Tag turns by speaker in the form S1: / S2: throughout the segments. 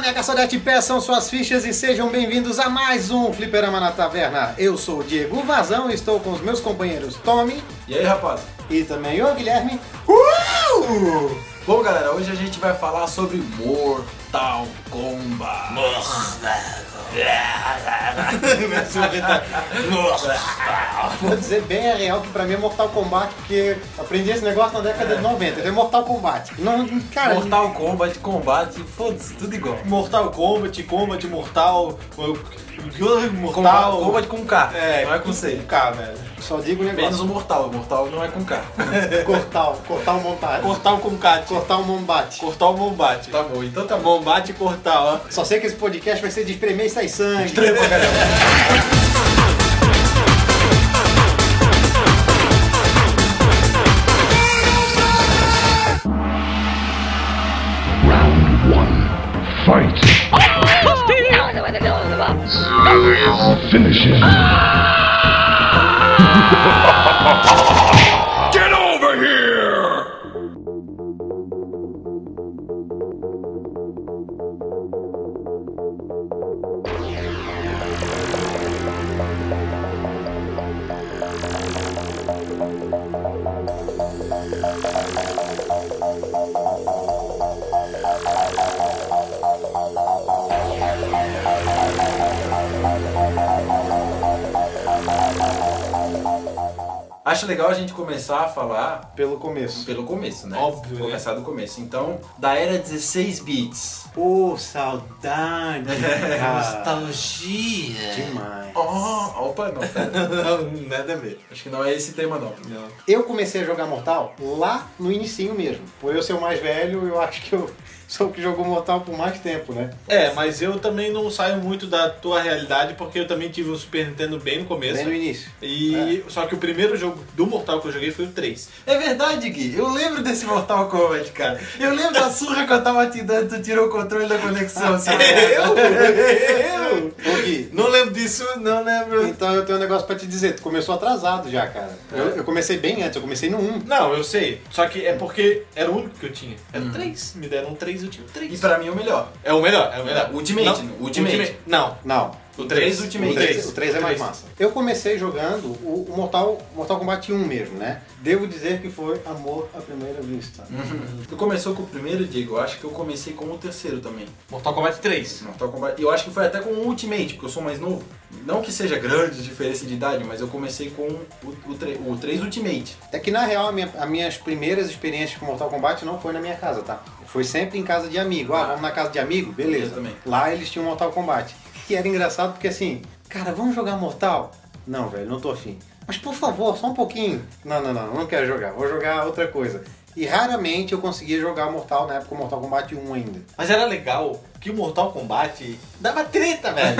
S1: minha caçadete, peçam suas fichas e sejam bem-vindos a mais um Fliperama na Taverna. Eu sou o Diego Vazão e estou com os meus companheiros Tommy
S2: E aí, rapaz?
S1: e também o Guilherme. Uh!
S2: Bom, galera, hoje a gente vai falar sobre Mortal Kombat.
S1: Vou dizer bem a real que pra mim é Mortal Kombat, porque eu aprendi esse negócio na década de 90, então é Mortal Kombat. Não, cara,
S2: Mortal Kombat, combate, foda-se, tudo igual.
S1: Mortal Kombat, Kombat Mortal,
S2: Kombat, Kombat com K,
S1: É,
S2: não é com C.
S1: K, velho. Só digo um o
S2: Menos
S1: negócio.
S2: o Mortal, o Mortal não é com K.
S1: Cortal, cortar o montagem.
S3: Cortar com cat.
S1: Cortar o mombate.
S3: Cortar o bombate.
S2: tá bom, então tá bom.
S3: Bombate e cortar, ó.
S1: Só sei que esse podcast vai ser de espremer e sair sangue.
S4: Round one. Fight. Finish him. Get over here!
S2: Acho legal a gente começar a falar
S1: Pelo começo.
S2: pelo começo, né?
S3: Óbvio,
S2: Começar do começo. Então, da era 16 bits.
S3: Ô, saudade. Nostalgia.
S1: Demais.
S2: Oh, opa, não, pera.
S3: Não, nada a ver.
S2: Acho que não é esse tema, não.
S3: Não.
S1: Eu comecei a jogar Mortal lá no inicinho mesmo. Por eu ser o mais velho, eu acho que eu sou o que jogou Mortal por mais tempo, né?
S3: É, mas eu também não saio muito da tua realidade, porque eu também tive o Super Nintendo bem no começo.
S1: Bem no início.
S3: E só que o primeiro jogo do Mortal que eu joguei foi o 3.
S2: É verdade, Gui. Eu lembro desse Mortal Kombat, cara. Eu lembro da surra que eu tava te dando, tu tirou o controle da conexão. Assim,
S3: Eu?
S1: Ô, Gui,
S3: Não lembro disso, não lembro.
S1: então eu tenho um negócio pra te dizer. Tu começou atrasado já, cara.
S3: É.
S1: Eu, eu comecei bem antes, eu comecei no 1.
S3: Não, eu sei. Só que é porque era o único que eu tinha. Era
S1: Hum.
S3: o 3. Me deram o 3 eu tinha o 3.
S2: E pra mim o melhor.
S3: É o melhor, é o melhor.
S2: Ultimate,
S3: Não,
S2: o Ultimate.
S3: Não,
S1: Não.
S3: o
S2: três
S3: 3.
S2: Ultimate.
S1: O né? três- o 3 é mais
S3: Três.
S1: massa. Eu comecei jogando o, o Mortal, Mortal Kombat 1 mesmo, né? Devo dizer que foi amor à primeira vista.
S2: Tu começou com o primeiro, Diego. Eu acho que eu comecei com o terceiro também.
S3: Mortal Kombat 3.
S2: Mortal Kombat. Eu acho que foi até com o Ultimate, porque eu sou mais novo. Não que seja grande diferença de idade, mas eu comecei com o, o, tre- o 3 Ultimate.
S1: É que na real, a minha- as minhas primeiras experiências com Mortal Kombat não foi na minha casa, tá? Foi sempre em casa de amigo. Ah, vamos na casa de amigo? Beleza.
S2: Eu também.
S1: Lá eles tinham Mortal Kombat. E era engraçado porque assim, cara, vamos jogar Mortal? Não, velho, não tô afim. Mas por favor, só um pouquinho. Não, não, não, não quero jogar, vou jogar outra coisa. E raramente eu conseguia jogar Mortal na época Mortal Kombat 1 ainda.
S3: Mas era legal que o Mortal Kombat dava treta, velho.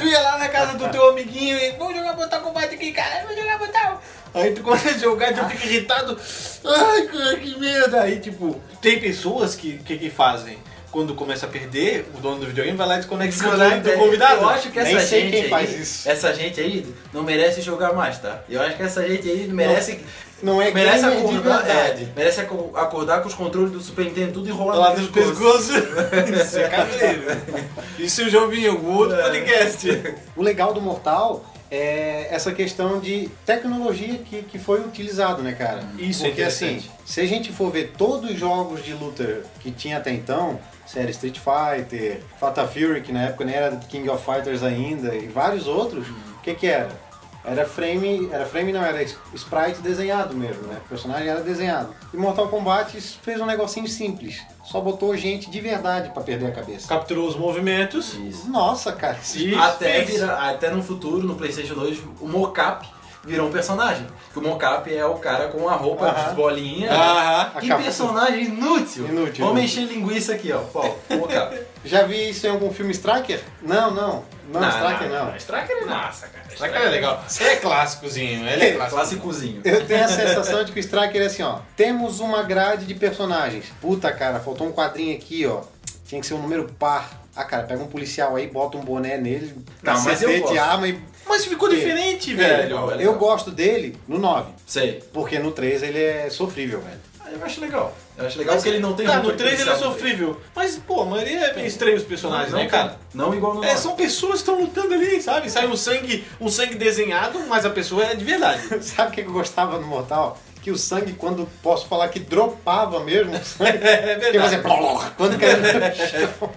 S3: tu ia lá na casa do teu amiguinho e vamos jogar Mortal Kombat aqui, cara, vamos jogar Mortal. Aí tu começa a jogar e tu fica irritado. Ai, cara, que merda. Aí, tipo, tem pessoas que que, que fazem? Quando começa a perder, o dono do videogame vai lá e desconecta o controle do convidado.
S2: é. Eu acho que essa
S1: Nem sei
S2: gente
S1: quem
S2: aí,
S1: faz isso.
S2: essa gente aí não merece jogar mais, tá? Eu acho que essa gente aí merece
S1: Não é
S2: merece
S1: gamer de
S2: acordar,
S1: verdade.
S2: é, merece aco- acordar com os controles do Super Nintendo tudo enrolado
S3: Tá Lá
S2: no
S3: dos
S2: pescoço.
S3: pescoços. Isso é cabreiro. Isso eu já ouvi em algum outro
S2: É.
S3: podcast.
S1: O legal do Mortal é essa questão de tecnologia que, que foi utilizado, né, cara?
S3: Isso é
S1: Porque,
S3: interessante.
S1: assim, se a gente for ver todos os jogos de luta que tinha até então, série Street Fighter, Fatal Fury, que na época nem era King of Fighters ainda, e vários outros, o
S3: Uhum.
S1: que que era? Era frame, era frame não, era es- sprite desenhado mesmo, né? O personagem era desenhado. E Mortal Kombat fez um negocinho simples, só botou gente de verdade pra perder a cabeça.
S3: Capturou os movimentos.
S2: Isso.
S1: Nossa, cara, esse
S3: E
S2: Até,
S3: fez.
S2: vira- até no futuro, no Playstation 2, o mocap virou um personagem. Que o mocap é o cara com a roupa
S1: Aham.
S2: de bolinha.
S3: Aham.
S2: Que
S1: Acabou.
S2: personagem inútil.
S1: Inútil.
S2: Vamos encher linguiça aqui, ó. Pau, mocap.
S1: Já vi isso em algum filme Striker? Não, não. Não, Striker não.
S2: Striker é massa, cara.
S3: Será que é legal? Ele é clássicozinho, ele é
S2: É
S3: clássico.
S2: Clássicozinho.
S1: Eu tenho a sensação de que o Striker é assim, ó. Temos uma grade de personagens. Puta, cara, faltou um quadrinho aqui, ó. Tinha que ser um número par. Ah, cara, pega um policial aí, bota um boné nele,
S2: Não, mas eu
S1: cacete,
S2: gosto.
S1: arma e...
S3: Mas ficou
S1: É.
S3: diferente,
S2: É,
S3: velho.
S2: legal, é legal.
S1: Eu gosto dele no 9,
S2: Sei.
S1: porque no 3 ele é sofrível, velho.
S2: Eu acho legal. Eu acho legal
S3: Mas
S2: porque ele não tem
S3: Tá,
S2: muito
S3: no 3 ele é
S2: diferencial.
S3: sofrível. Mas, pô, a maioria é meio estranho os personagens,
S2: Não,
S3: né, cara?
S2: Não igual no
S3: É,
S2: nove.
S3: são pessoas que estão lutando ali, sabe? Sai um sangue, um sangue desenhado, mas a pessoa é de verdade.
S1: Sabe o que eu gostava no Mortal? Que o sangue, quando posso falar que dropava mesmo o sangue,
S3: É
S1: porque
S3: verdade.
S1: você. Quando caía no chão.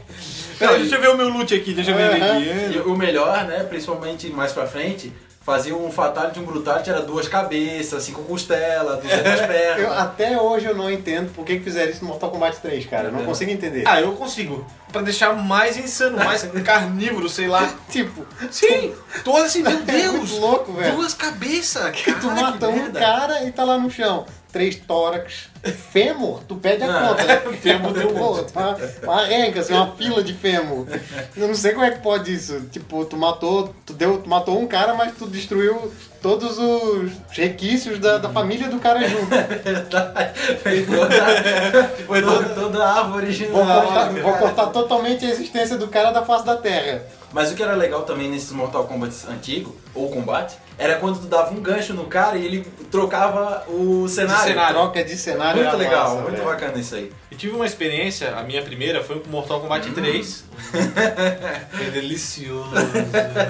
S3: Peraí, deixa eu ver o é. meu loot aqui, deixa eu ver
S1: Aham.
S3: ele aqui.
S2: E o melhor, né, principalmente mais pra frente, fazia um fatality, um brutality, era duas cabeças, cinco costelas, duas pernas.
S1: Eu- até hoje eu não entendo por que que fizeram isso no Mortal Kombat 3, cara. Eu não consigo entender.
S3: Ah, eu consigo. Pra deixar mais insano, mais carnívoro, sei lá.
S1: Tipo,
S3: Sim, todo assim, meu Deus.
S1: É muito louco, velho.
S3: Duas cabeças,
S1: que
S3: cara,
S1: tu mata um
S3: merda.
S1: cara e tá lá no chão. Três tórax, fêmur, tu pede a
S2: Ah,
S1: conta, né? Porque Fêmur deu outro. Uma, uma arranca, assim, uma fila de fêmur. Eu não sei como é que pode isso. Tipo, tu matou, tu deu, tu matou um cara, mas tu destruiu todos os requisitos da, da família do cara junto.
S2: tá? Foi toda, foi toda, toda a árvore
S1: Vou cortar,
S2: original.
S1: vou cortar totalmente a existência do cara da face da terra.
S2: Mas o que era legal também nesses Mortal Kombat antigo, ou combate, era quando tu dava um gancho no cara e ele trocava o cenário.
S3: cenário.
S1: Troca de cenário
S2: Muito
S1: era
S2: legal,
S1: massa,
S2: muito
S1: velho.
S2: bacana isso aí.
S3: Eu tive uma experiência, a minha primeira foi com Mortal Kombat 3. Foi delicioso.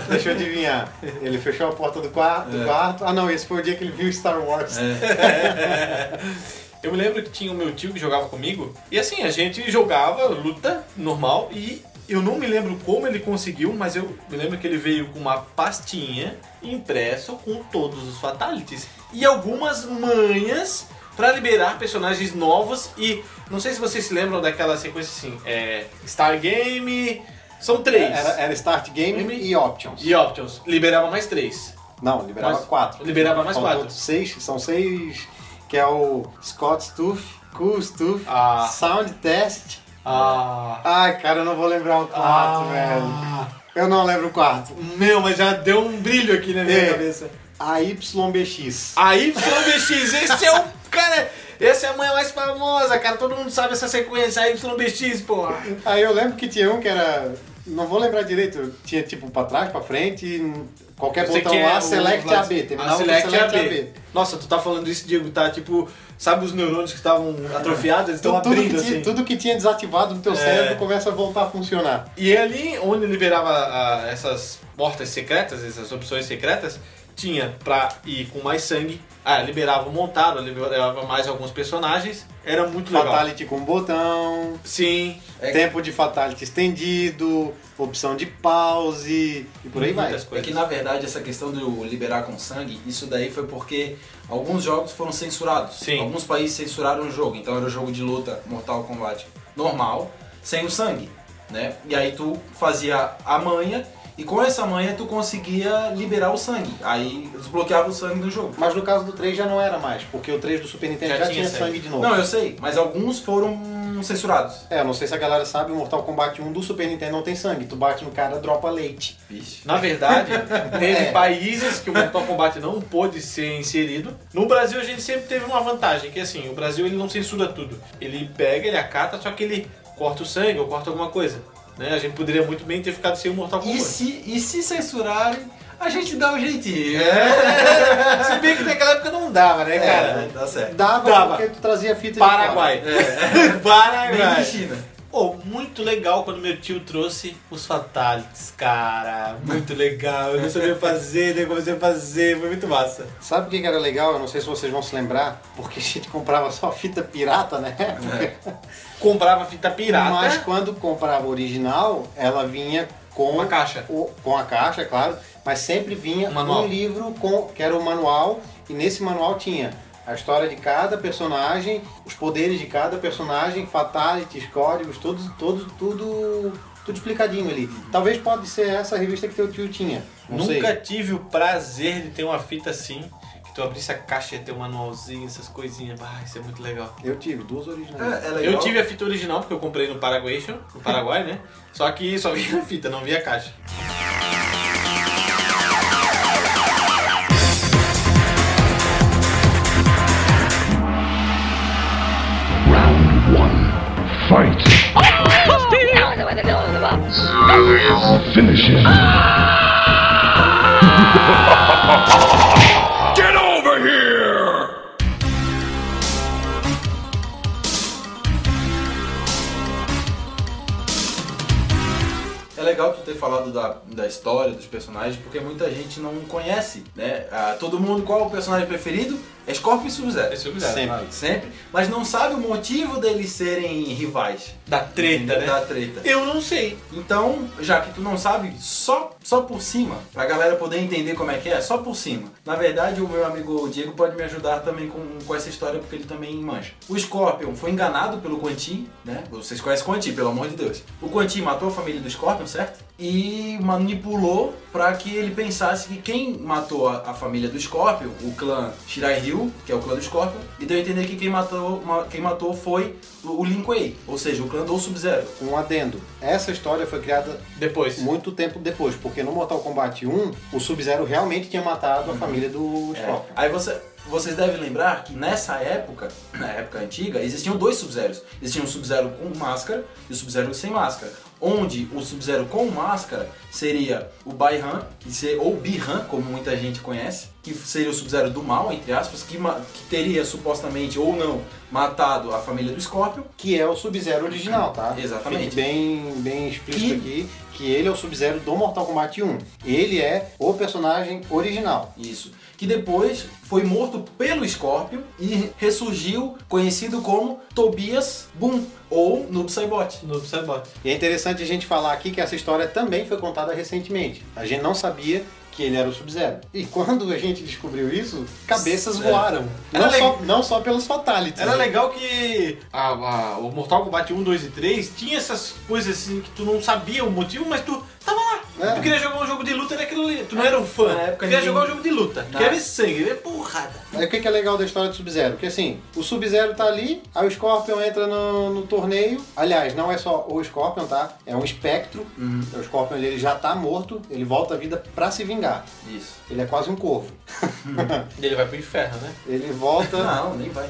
S1: Deixa eu adivinhar. Ele fechou a porta do quarto,
S3: É.
S1: do quarto. Ah não, esse foi o dia que ele viu Star Wars.
S3: Eu me lembro que tinha o meu tio que jogava comigo. E assim, a gente jogava luta normal e eu não me lembro como ele conseguiu, mas eu me lembro que ele veio com uma pastinha impresso com todos os fatalities e algumas manhas pra liberar personagens novos e não sei se vocês se lembram daquela sequência assim, é Star Game, são três.
S1: É, Era, era Start Game
S3: Game
S1: e Options.
S3: E Options, liberava mais três.
S1: Não, liberava
S3: Mas-
S1: quatro.
S3: liberava mais
S1: Faltou
S3: quatro.
S1: Seis, são seis, que é o Scott Stuff, Cool Stuff,
S3: Ah.
S1: Sound Test.
S3: Ah,
S1: Ai, cara, eu não vou lembrar o quarto,
S3: Ah.
S1: velho. Eu não lembro o quarto.
S3: meu, mas já deu um brilho aqui na minha
S1: É.
S3: cabeça.
S1: A YBX.
S3: A YBX, esse é o cara. Essa é a manha mais famosa, cara. Todo mundo sabe essa sequência, a YBX, porra.
S1: Aí eu lembro que tinha um que era. Não vou lembrar direito. Tinha tipo pra trás, pra frente. e Qualquer
S3: Eu sei que
S1: botão
S3: é
S1: lá,
S3: o-
S1: um Select AB.
S3: Ah,
S1: Terminava com
S3: select, AB.
S1: AB.
S3: Nossa, tu tá falando isso, Diego, tá tipo. Sabe os neurônios que estavam atrofiados? Eles estão
S1: Tudo, tudo, que
S3: abrindo
S1: tinha,
S3: assim. É.
S1: tudo que tinha desativado no teu cérebro começa a voltar a funcionar.
S3: E ali, onde liberava ah, essas portas secretas, essas opções secretas, tinha pra ir com mais sangue. Ah, liberava o montado, liberava mais alguns personagens. Era muito legal.
S1: Fatality com botão,
S3: Sim.
S2: É que-
S1: tempo de fatality estendido, opção de pause e por aí vai.
S3: Muitas
S2: É
S3: coisas.
S2: que na verdade essa questão do liberar com sangue, isso daí foi porque alguns jogos foram censurados.
S3: Sim.
S2: Alguns países censuraram o jogo, então era o jogo de luta Mortal Kombat normal, sem o sangue, né? E aí tu fazia a manha e com essa manha tu conseguia liberar o sangue. Aí desbloqueava o sangue do jogo.
S1: Mas no caso do 3 já não era mais, porque o 3 do Super Nintendo já,
S3: Já tinha
S1: tinha
S3: sangue.
S1: sangue de novo.
S2: Não, eu sei, mas alguns foram censurados.
S1: É, eu não sei se a galera sabe, o Mortal Kombat 1 do Super Nintendo não tem sangue. Tu bate no cara, dropa leite.
S2: Vixe.
S3: Na verdade, teve
S1: É.
S3: países que o Mortal Kombat não pôde ser inserido. No Brasil, a gente sempre teve uma vantagem, que assim, o Brasil ele não censura tudo. Ele pega, ele acata, só que ele corta o sangue ou corta alguma coisa. Né? A gente poderia muito bem ter ficado sem o Mortal
S2: E
S3: Kombat.
S2: se, e se censurarem, a gente dá um jeitinho.
S3: É. Se bem que naquela época não dava, né, cara? É,
S2: É, dá certo.
S1: Dava,
S3: Dava.
S1: porque tu trazia fita
S3: Paraguai.
S1: É.
S3: é
S2: Nem de
S3: Paraguai.
S2: China.
S3: Pô, muito legal quando meu tio trouxe os Fatalities, cara. Muito legal. Eu não sabia fazer, daí eu comecei a fazer. Foi muito massa.
S1: de fora. Sabe o que que era legal? Eu não sei se vocês vão se lembrar, porque a gente comprava só fita pirata, né?
S3: Comprava fita pirata.
S1: Mas quando comprava original, ela vinha com
S3: Uma caixa.
S1: o- com a caixa, é claro, mas sempre vinha
S3: Um manual.
S1: um livro com que era o manual e nesse manual tinha a história de cada personagem, os poderes de cada personagem, fatalities, códigos, tudo, tudo, tudo, tudo explicadinho ali. Talvez pode ser essa a revista que teu tio tinha. Não
S3: Nunca
S1: sei.
S3: tive o prazer de ter uma fita assim, que tu abrisse a caixa e ter um manualzinho, essas coisinhas. Ah, isso é muito legal.
S1: Eu tive duas originais.
S2: É, é legal.
S3: Eu tive a fita original, porque eu comprei no Paraguai, no Paraguai, né? Só que só vinha a fita, não via a caixa.
S4: Round one. Fight. Finish him. Get over here!
S2: É legal tu ter falado da, da história, dos personagens, porque muita gente não conhece, né? Ah, todo mundo, qual é o personagem preferido? É Scorpion e Sub-Zero.
S3: Esse
S1: Sempre.
S3: cara.
S2: Sempre. Mas não sabe o motivo deles serem rivais.
S3: Da treta, né?
S2: Da treta.
S3: Eu não sei.
S2: Então, já que tu não sabe, só, só por cima, pra galera poder entender como é que é, só por cima. Na verdade, o meu amigo Diego pode me ajudar também com, com essa história, porque ele também mancha. O Scorpion foi enganado pelo Quantin, né? Vocês conhecem o Quantin, pelo amor de Deus. O Quantin matou a família do Scorpion, certo? E manipulou pra que ele pensasse que quem matou a, a família do Scorpion, o clã Shirai Ryu, que é o clã do Scorpion, e deu a entender que quem matou, ma- quem matou foi o, o Lin Kuei, ou seja, o clã do Sub-Zero.
S1: Um adendo. Essa história foi criada
S3: Depois.
S1: muito tempo depois, porque no Mortal Kombat 1, o Sub-Zero realmente tinha matado a família do
S2: É.
S1: Scorpion.
S2: Aí você- vocês devem lembrar que nessa época, na época antiga, existiam dois Sub-Zeros. Existia um Sub-Zero com máscara e o Sub-Zero sem máscara. Onde o Sub-Zero com máscara seria o Baihan, e se- ou Bihan, como muita gente conhece, que seria o Sub-Zero do mal, entre aspas, que, ma- que teria supostamente ou não matado a família do Scorpion.
S1: Que é o Sub-Zero original, tá?
S2: Exatamente.
S1: Fique bem, bem explícito
S2: E-
S1: aqui que ele é o Sub-Zero do Mortal Kombat 1. Ele é o personagem original.
S2: Isso. Que depois foi morto pelo Scorpion e ressurgiu conhecido como Tobias Boom, ou Noob Saibot.
S3: No Psybot.
S1: E é interessante a gente falar aqui que essa história também foi contada recentemente. A gente não sabia que ele era o Sub-Zero. E quando a gente descobriu isso, cabeças
S3: É.
S1: voaram.
S3: Era
S1: Não
S3: legal.
S1: só, não só pelos fatalities.
S3: Era
S1: né?
S3: legal que a- a- o Mortal Kombat 1, 2 e 3 tinha essas coisas assim que tu não sabia o motivo, mas tu tava lá.
S1: É.
S3: Tu queria jogar um jogo de luta, era aquilo ali. Tu não era um fã.
S2: Na época
S3: tu queria
S2: ninguém-
S3: jogar um jogo de luta. Tu
S2: Na-
S3: queria ver sangue, ver porrada.
S1: Aí o que que é legal da história do Sub-Zero? Porque assim, o Sub-Zero tá ali, aí o Scorpion entra no, no torneio. Aliás, não é só o Scorpion, tá? É um espectro. O Scorpion ele já tá morto, ele volta à vida pra se vingar.
S2: Isso.
S1: Ele é quase um corvo.
S3: E ele vai pro inferno, né?
S1: Ele volta,
S2: Não, nem vai.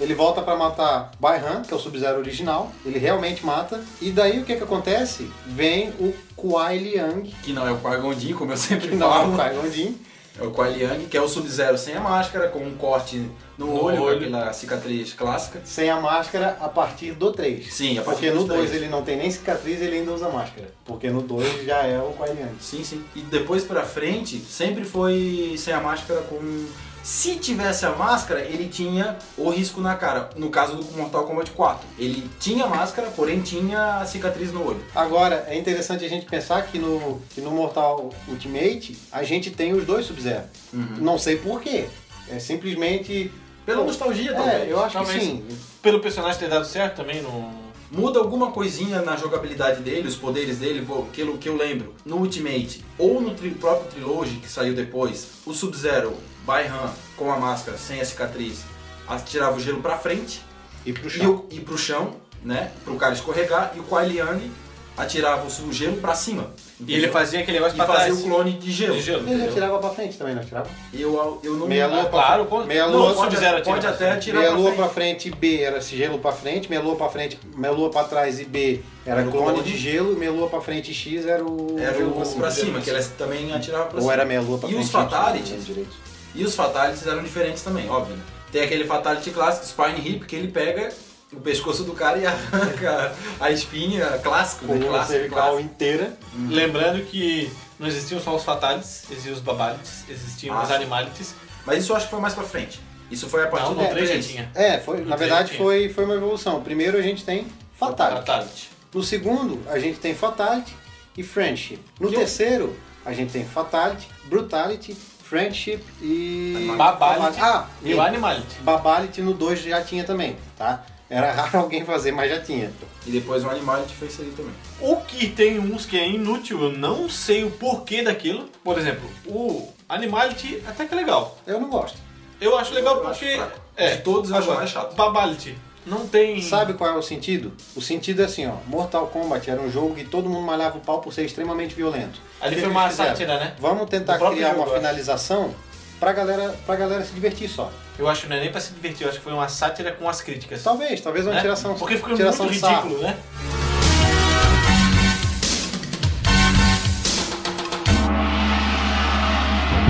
S1: ele volta para matar Baihan, que é o Sub-Zero original. Ele realmente mata. E daí o que que acontece? Vem o Kuai Liang,
S2: Que não é o Quagondin, como eu sempre
S1: que não é o
S2: falo.
S1: Kai Gondin,
S2: É o Kuai Liang, que é o Sub-Zero sem a máscara, com um corte no,
S3: No
S2: olho,
S3: olho.
S2: pela cicatriz clássica.
S1: sem a máscara a partir do 3.
S2: Sim, a partir
S1: Porque no
S2: dos
S1: 2
S2: três.
S1: ele não tem nem cicatriz ele ainda usa máscara. Porque no 2 já é o Kuai Liang.
S2: Sim, sim. E depois pra frente, sempre foi sem a máscara com. um, Se tivesse a máscara, ele tinha o risco na cara. No caso do Mortal Kombat 4. Ele tinha máscara, porém tinha a cicatriz no olho.
S1: Agora, é interessante a gente pensar que no, que no Mortal Ultimate a gente tem os dois Sub-Zero.
S2: Uhum.
S1: Não sei porquê. É simplesmente.
S2: Pela nostalgia
S1: É,
S2: também.
S1: eu acho que
S3: Talvez.
S1: sim.
S3: Pelo personagem ter dado certo também no.
S2: Muda alguma coisinha na jogabilidade dele, os poderes dele, pô, que eu, que eu lembro. No Ultimate ou no tri- próprio Trilogy que saiu depois, o Sub-Zero, Baihan, com a máscara, sem a cicatriz, atirava o gelo pra frente
S1: E pro
S2: e,
S1: chão.
S2: o- e pro chão, né? Pro cara escorregar, e o Kuai Liang atirava o gelo pra cima.
S3: E ele fazia aquele negócio
S2: E
S3: pra
S2: fazia
S3: trás.
S2: o clone de gelo.
S3: de gelo.
S1: Ele
S3: entendeu?
S1: atirava pra frente também, não atirava?
S2: Eu, eu não
S1: Meia
S3: Ah,
S1: lua
S3: claro, quando-
S1: meia
S3: não,
S1: lua
S3: quando
S2: pode,
S3: fizeram,
S2: pode
S3: tira.
S2: até atirar
S1: Meia
S2: pra
S1: lua
S2: frente.
S1: pra frente B era esse gelo pra frente, meia lua pra frente, meia lua pra trás e B era
S2: Era o
S1: clone
S2: clone.
S1: de gelo, meia lua pra frente X era o
S2: Era
S1: gelo
S2: o, É, pra cima, que ela também atirava pra
S1: Ou
S2: cima.
S1: era meia lua pra
S2: E
S1: frente.
S2: os
S1: Y, não lembro
S2: fatalities?
S1: direito.
S2: E os fatalities eram diferentes também, óbvio. né? Tem aquele fatality clássico, Spine Hip, que ele pega o pescoço do cara e arranca a espinha, clássico, né?
S1: Coluna
S2: Clássico,
S1: um cervical
S2: clássico.
S1: inteira.
S3: Hum. Lembrando que não existiam só os fatalities, existiam os babalities, existiam
S2: Ah,
S3: os
S2: sim.
S3: animalities.
S2: Mas isso eu acho que foi mais pra frente. Isso foi a partir
S3: Não,
S2: do
S3: no 3 já
S2: três.
S3: tinha.
S1: É, foi,
S3: No
S1: na
S3: três
S1: verdade
S3: tinha.
S1: foi, foi uma evolução. Primeiro a gente tem fatality.
S3: Fatality.
S1: No segundo, a gente tem Fatality e Friendship. No terceiro, a gente tem Fatality, Brutality, Friendship e.
S3: Babality.
S1: Ah,
S3: E o animality.
S1: Babality no 2 já tinha também, tá? Era raro alguém fazer, mas já tinha.
S2: E depois o Animality foi inserido também.
S3: O que tem uns que é inútil, eu não sei o porquê daquilo. Por exemplo, o Animality até que é legal.
S1: Eu não gosto.
S3: Eu acho legal
S2: Eu acho
S3: porque.
S2: fraco.
S3: é,
S2: De todos eu acho
S3: agora,
S2: mais chato.
S3: Babality. Não tem.
S1: Sabe qual é o sentido? O sentido é assim, ó. Mortal Kombat era um jogo que todo mundo malhava o pau por ser extremamente violento.
S3: Ali
S1: O que eles
S3: foi uma
S1: fizeram?
S3: sátira, né?
S1: Vamos tentar
S3: Do próprio
S1: criar uma
S3: jogo, eu acho.
S1: finalização pra galera, pra galera se divertir só.
S3: Eu acho que não é nem pra se divertir, eu acho que foi uma sátira com as críticas.
S1: Talvez, talvez uma
S3: né?
S1: Tá tiração.
S3: Porque ficou
S1: tiração
S3: muito
S1: de sarro.
S3: ridículo, né?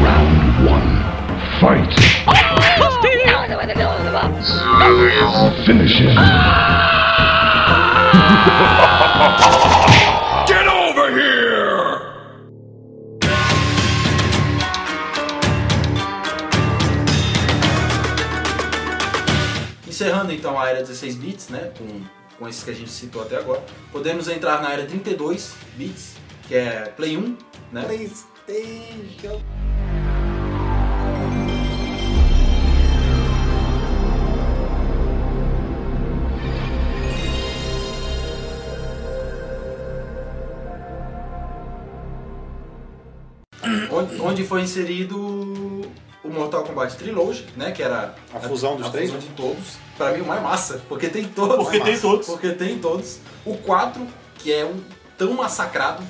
S4: Round one. Fight. Finish him.
S2: Encerrando então a era 16 bits, né? Com, com esses que a gente citou até agora. Podemos entrar na era 32 bits, que é Play 1, né?
S1: PlayStation.
S2: Onde, onde foi inserido o Mortal Kombat Trilogy, né? Que era
S1: A fusão dos
S2: a
S1: três,
S2: fusão
S1: né?
S2: de todos. Pra mim o mais massa, porque tem todos.
S1: Porque tem
S3: todos.
S2: Porque tem todos. O 4, que é um tão massacrado,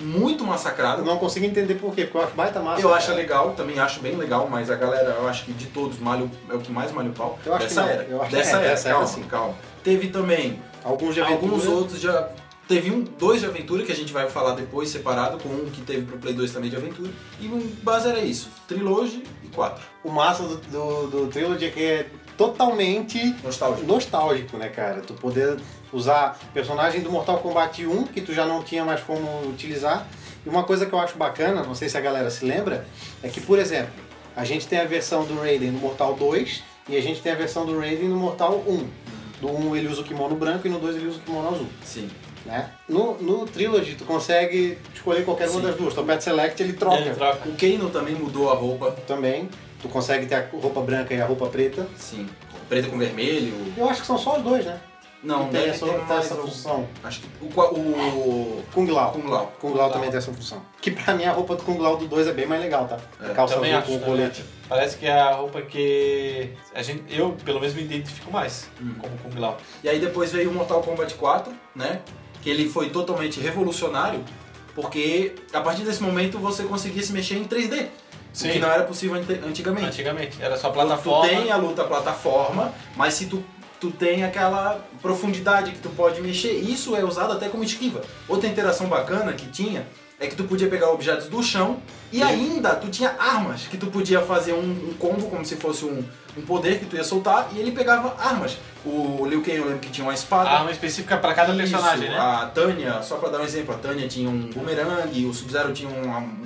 S2: muito massacrado.
S1: Eu não consigo entender por quê, porque eu acho baita massa.
S2: Eu acho
S1: cara.
S2: legal, também acho bem legal, mas a galera, eu acho que de todos, malho, é o que mais malha o pau.
S1: Eu acho que
S2: dessa
S1: não,
S2: era.
S1: eu acho que
S2: dessa
S1: é,
S2: era,
S1: dessa era
S2: calma,
S1: sim.
S2: calma. Teve também
S1: Alguns de aventura.
S2: alguns outros já. Teve um, dois de aventura que a gente vai falar depois separado, com um que teve pro Play 2 também de aventura. E o base era isso: Trilogy e 4.
S1: O massa do, do, do Trilogy é que é totalmente
S2: Nostálgico.
S1: nostálgico, né, cara? Tu poder usar personagem do Mortal Kombat 1, que tu já não tinha mais como utilizar. E uma coisa que eu acho bacana, não sei se a galera se lembra, é que, por exemplo, a gente tem a versão do Raiden no Mortal 2 e a gente tem a versão do Raiden no Mortal 1. No 1 ele usa o kimono branco e no 2 ele usa o kimono azul,
S2: Sim.
S1: né? No, no Trilogy tu consegue escolher qualquer uma
S2: Sim.
S1: das duas. Então o Pet Select ele troca
S3: Ele É, troca.
S2: O Kano também mudou a roupa.
S1: também. Tu consegue ter a roupa branca e a roupa preta.
S2: Sim. Preto com vermelho.
S1: Eu acho que são só os dois, né?
S2: Não,
S1: que tem
S2: deve
S1: essa,
S2: ter
S1: tá
S2: mais
S1: essa
S2: algum.
S1: função.
S2: Acho que o, qua- o,
S1: Kung Lao.
S2: Kung Lao.
S1: Kung Lao também tem essa função. Que pra mim a roupa do Kung Lao do 2 é bem mais legal, tá?
S2: É,
S1: A calça
S3: Também
S1: azul
S3: acho.
S1: com o
S3: né?
S1: colete.
S3: Parece que é a roupa que a gente, eu pelo menos me identifico mais
S2: Hum.
S3: como Kung Lao.
S2: E aí depois veio o Mortal Kombat 4, né? Que ele foi totalmente revolucionário, porque a partir desse momento você conseguia se mexer em 3D. O
S3: Sim.
S2: que não era possível ante- antigamente.
S3: Antigamente era só
S2: Tu
S3: plataforma.
S2: tem a luta plataforma, mas se tu, tu tem aquela profundidade que tu pode mexer, isso é usado até como esquiva. Outra interação bacana que tinha é que tu podia pegar objetos do chão e ainda tu tinha armas que tu podia fazer um, um combo como se fosse um, um poder que tu ia soltar e ele pegava armas. O Liu Kang eu lembro que tinha uma espada.
S3: arma específica pra Ah, cada personagem,
S2: Isso,
S3: né?
S2: A Tânia, só pra dar um exemplo, a Tânia tinha um bumerangue, o Sub-Zero tinha uma- uma-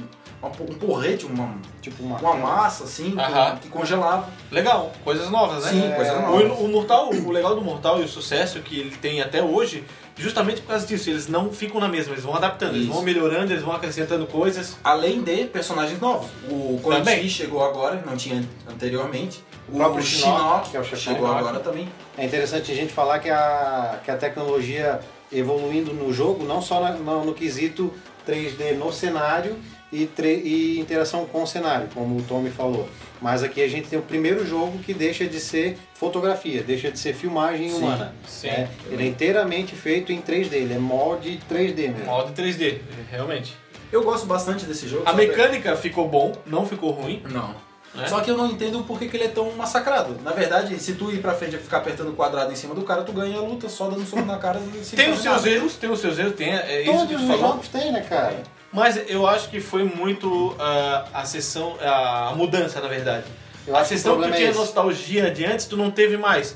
S2: um porrete, uma,
S1: Tipo uma.
S2: uma massa assim, que-
S3: Aham.
S2: que congelava.
S3: Legal, coisas novas, né?
S2: Sim, coisas novas.
S3: O, o Mortal, o legal do Mortal e o sucesso que ele tem até hoje, justamente por causa disso, eles não ficam na mesma, eles vão adaptando, eles
S2: Isso.
S3: vão melhorando, eles vão acrescentando coisas.
S2: Além de personagens novos. O
S3: Também.
S2: Koji chegou agora, não tinha anteriormente. O,
S1: próprio
S2: Shinnok,
S1: Shinnok, que é o chefão.
S2: chegou
S3: Shinnok.
S2: agora também.
S1: É interessante a gente falar que a, que a tecnologia evoluindo no jogo, não só na- no, no quesito 3D no cenário e, tre- e interação com o cenário, como o Tommy falou. Mas aqui a gente tem o primeiro jogo que deixa de ser fotografia, deixa de ser filmagem
S2: Sim.
S1: humana.
S3: Sim.
S1: né? Ele é inteiramente feito em 3D, ele é molde 3D mesmo.
S3: Modo 3D, realmente.
S2: Eu gosto bastante desse jogo.
S3: A
S2: sabe?
S3: mecânica ficou bom, não ficou ruim.
S2: Não.
S3: É?
S2: Só que eu não entendo por que, que ele é tão massacrado. Na verdade, se tu ir pra frente e ficar apertando quadrado em cima do cara, tu ganha a luta só dando um soco na cara. sem
S3: Tem
S2: fazer
S3: os seus
S2: nada.
S3: erros, tem os seus erros, tem é isso que
S1: Todos
S3: tu
S1: os
S3: falou.
S1: jogos tem, né, cara?
S3: Mas eu acho que foi muito ah, a sessão, a mudança, na verdade.
S1: Eu
S3: a
S1: acho que o
S3: sessão que tu
S1: problema é
S3: tinha
S1: esse.
S3: nostalgia de antes, tu não teve mais.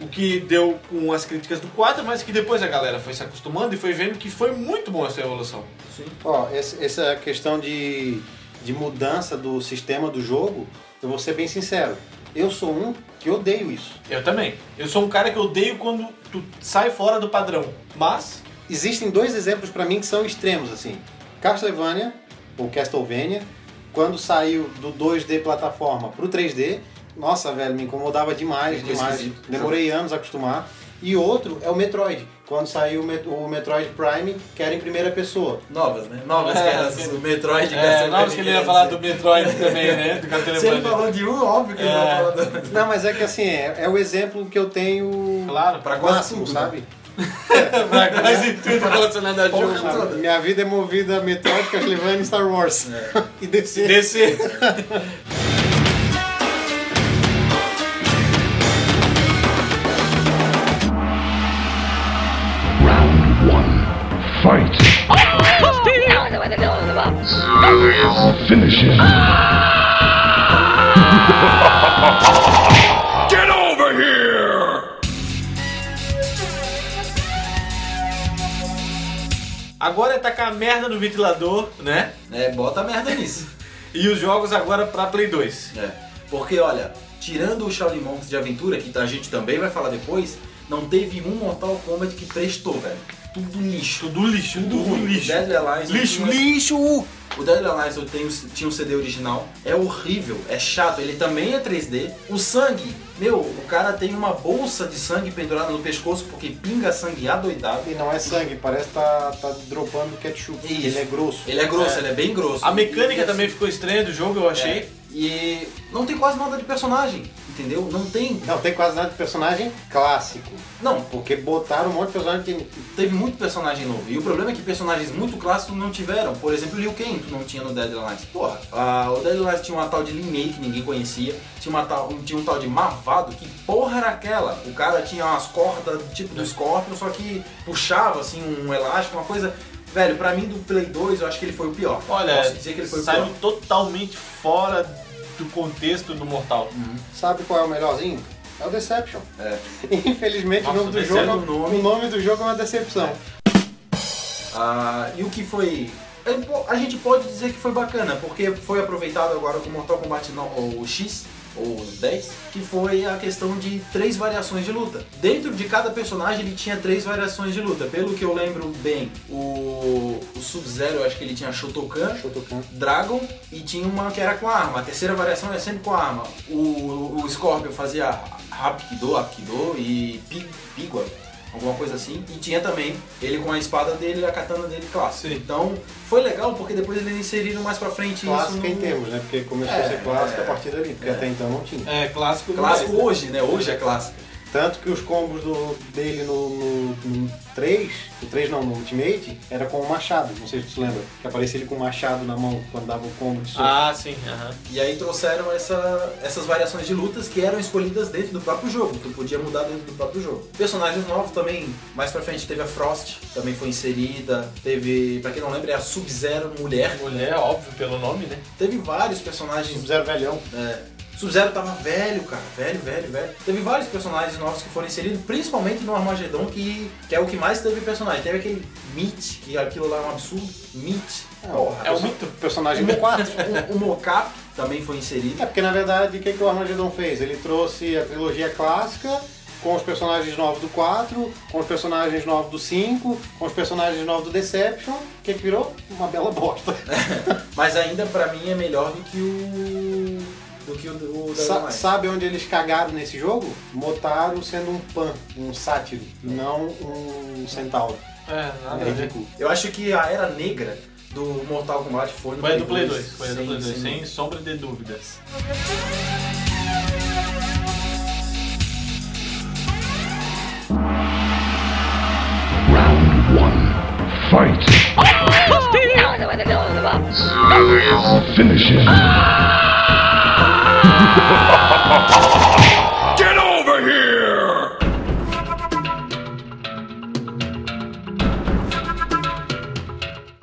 S3: O que deu com as críticas do 4, mas que depois a galera foi se acostumando e foi vendo que foi muito boa essa evolução.
S2: Sim.
S1: Ó, esse- essa questão de, de mudança do sistema do jogo, eu vou ser bem sincero. Eu sou um que odeio isso.
S3: Eu também. Eu sou um cara que odeio quando tu sai fora do padrão. Mas,
S1: Existem dois exemplos pra mim que são extremos, assim. Castlevania, ou Castlevania, quando saiu do 2D plataforma pro 3D, nossa, velho, me incomodava demais,
S2: Ficou
S1: demais.
S2: esquisito.
S1: Demorei anos a acostumar. E outro é o Metroid, quando saiu o Met- o Metroid Prime, que era em primeira pessoa.
S2: Novas, né? Novas,
S3: É,
S2: que era
S3: sim.
S2: o Metroid.
S3: é,
S2: Castlevania,
S3: na hora que ele ia falar do Metroid também, né? Do
S2: Se ele
S3: Castlevania.
S2: falou de um, óbvio que ele
S3: É.
S2: vai falar do outro.
S1: Não, mas é que assim, é, é o exemplo que eu tenho
S3: Claro, pra
S2: quase
S1: máximo,
S2: tudo,
S1: sabe?
S3: pra quase tudo relacionado a
S2: Porra,
S3: jogo.
S2: toda.
S1: Minha vida é movida a Metroid, Castlevania e Star Wars.
S2: É.
S1: e descer.
S3: Desse...
S4: Round one. Fight. Finish him. Get over here!
S3: Agora é tacar a merda no ventilador, né?
S2: É, bota merda nisso.
S3: E os jogos agora pra Play 2.
S2: É. Porque, olha, tirando o Shaolin Monks de aventura, que a gente também vai falar depois, não teve um Mortal Kombat que prestou, velho. Tudo lixo.
S3: Tudo lixo, tudo
S2: ruim.
S3: lixo.
S2: Deadly Alliance.
S3: Lixo,
S2: tinha-
S3: lixo!
S2: O Deadly Alliance eu tenho, tinha um CD original, é horrível, é chato, ele também é 3D. O sangue, meu, o cara tem uma bolsa de sangue pendurada no pescoço porque pinga sangue adoidado.
S1: E não é sangue, parece que tá, tá dropando ketchup.
S2: Isso.
S1: Ele é grosso.
S2: Ele é grosso, ele é bem grosso.
S3: A mecânica
S2: E- assim, é,
S3: também é ficou estranha do jogo, eu achei.
S2: E não tem quase nada de personagem, entendeu? Não tem.
S1: Não, tem quase nada de personagem clássico.
S2: Não,
S1: Porque botaram um monte de personagem que.
S2: teve muito personagem novo. E o problema é que personagens muito clássicos não tiveram. Por exemplo, Liu Kang tu não tinha no Dead Alliance. Porra, a- o Dead Alliance tinha uma tal de Lin Mei que ninguém conhecia. Tinha, uma tal, um, tinha um tal de Mavado, que porra era aquela? O cara tinha umas cordas tipo do Scorpion, só que puxava assim um elástico, uma coisa... Velho, pra mim do Play 2 eu acho que ele foi o pior.
S3: Olha,
S2: Posso dizer que ele foi o
S3: saiu
S2: pior.
S3: totalmente fora do contexto do Mortal.
S1: Sabe qual é o melhorzinho? É o Deception.
S2: É.
S1: Infelizmente
S3: Nossa,
S1: o nome do
S3: Deception
S1: jogo.
S2: é o nome.
S1: O nome do jogo é uma decepção.
S2: Ah, e o que foi. é, pô, A gente pode dizer que foi bacana, porque foi aproveitado agora com Mortal Kombat no- ou X, ou 10, que foi a questão de três variações de luta. Dentro de cada personagem ele tinha três variações de luta. Pelo que eu lembro bem, o, o Sub-Zero, eu acho que ele tinha Shotokan,
S1: Shotokan.
S2: Dragon e tinha uma que era com a arma. A terceira variação é sempre com a arma. O, o Scorpion fazia Rapido, Aikido e Pi- Pigua, alguma coisa assim. E tinha também ele com a espada dele e a katana dele clássica.
S3: Sim.
S2: Então foi legal porque depois eles inseriram mais pra frente isso.
S1: Clássica
S2: no-
S1: em termos, né? Porque começou
S2: É.
S1: a ser clássica a partir dali, porque até então não tinha.
S3: É, clássico
S2: Clássico hoje, né? Hoje é clássico.
S1: Tanto que os combos do- dele no, no, no 3, no 3 não, no Ultimate, era com o machado, não sei se tu se lembra, que aparecia ele com o machado na mão quando dava o combo de soco.
S3: Ah, sim. aham.
S2: E aí trouxeram essa- essas variações de lutas que eram escolhidas dentro do próprio jogo. Tu podia mudar dentro do próprio jogo. Personagens novos também, mais pra frente teve a Frost, também foi inserida. Teve, pra quem não lembra, é a Sub-Zero Mulher.
S3: Mulher, óbvio, pelo nome, né?
S2: Teve vários personagens.
S1: Sub-Zero Tipo, velhão.
S2: É, Sub-Zero tava velho, cara. Velho, velho, velho. Teve vários personagens novos que foram inseridos, principalmente no Armagedon, que, que é o que mais teve personagem. Teve aquele Meat, que aquilo lá é um absurdo. Meat. Porra.
S3: É o mito.
S1: Personagem do 4.
S2: O, o mocap também foi inserido.
S1: É porque na verdade o que, que o Armagedon fez? Ele trouxe a trilogia clássica com os personagens novos do 4, com os personagens novos do 5, com os personagens novos do Deception, o que, que virou uma bela bosta.
S2: Mas ainda pra mim é melhor do que o. Do que o, o da
S1: Sa-
S2: Dynamite.
S1: sabe onde eles cagaram nesse jogo? Motaro sendo um pan, um sátiro, não um centauro.
S3: É,
S1: É
S3: nada a ver.
S1: ridículo.
S2: Eu acho que a era negra do Mortal Kombat foi no
S3: Foi a do Play 2, foi a do
S2: Sim,
S3: Play 2,
S2: sim.
S3: sem sombra de dúvidas.
S4: Round one. Fight. Finish him. Get over here!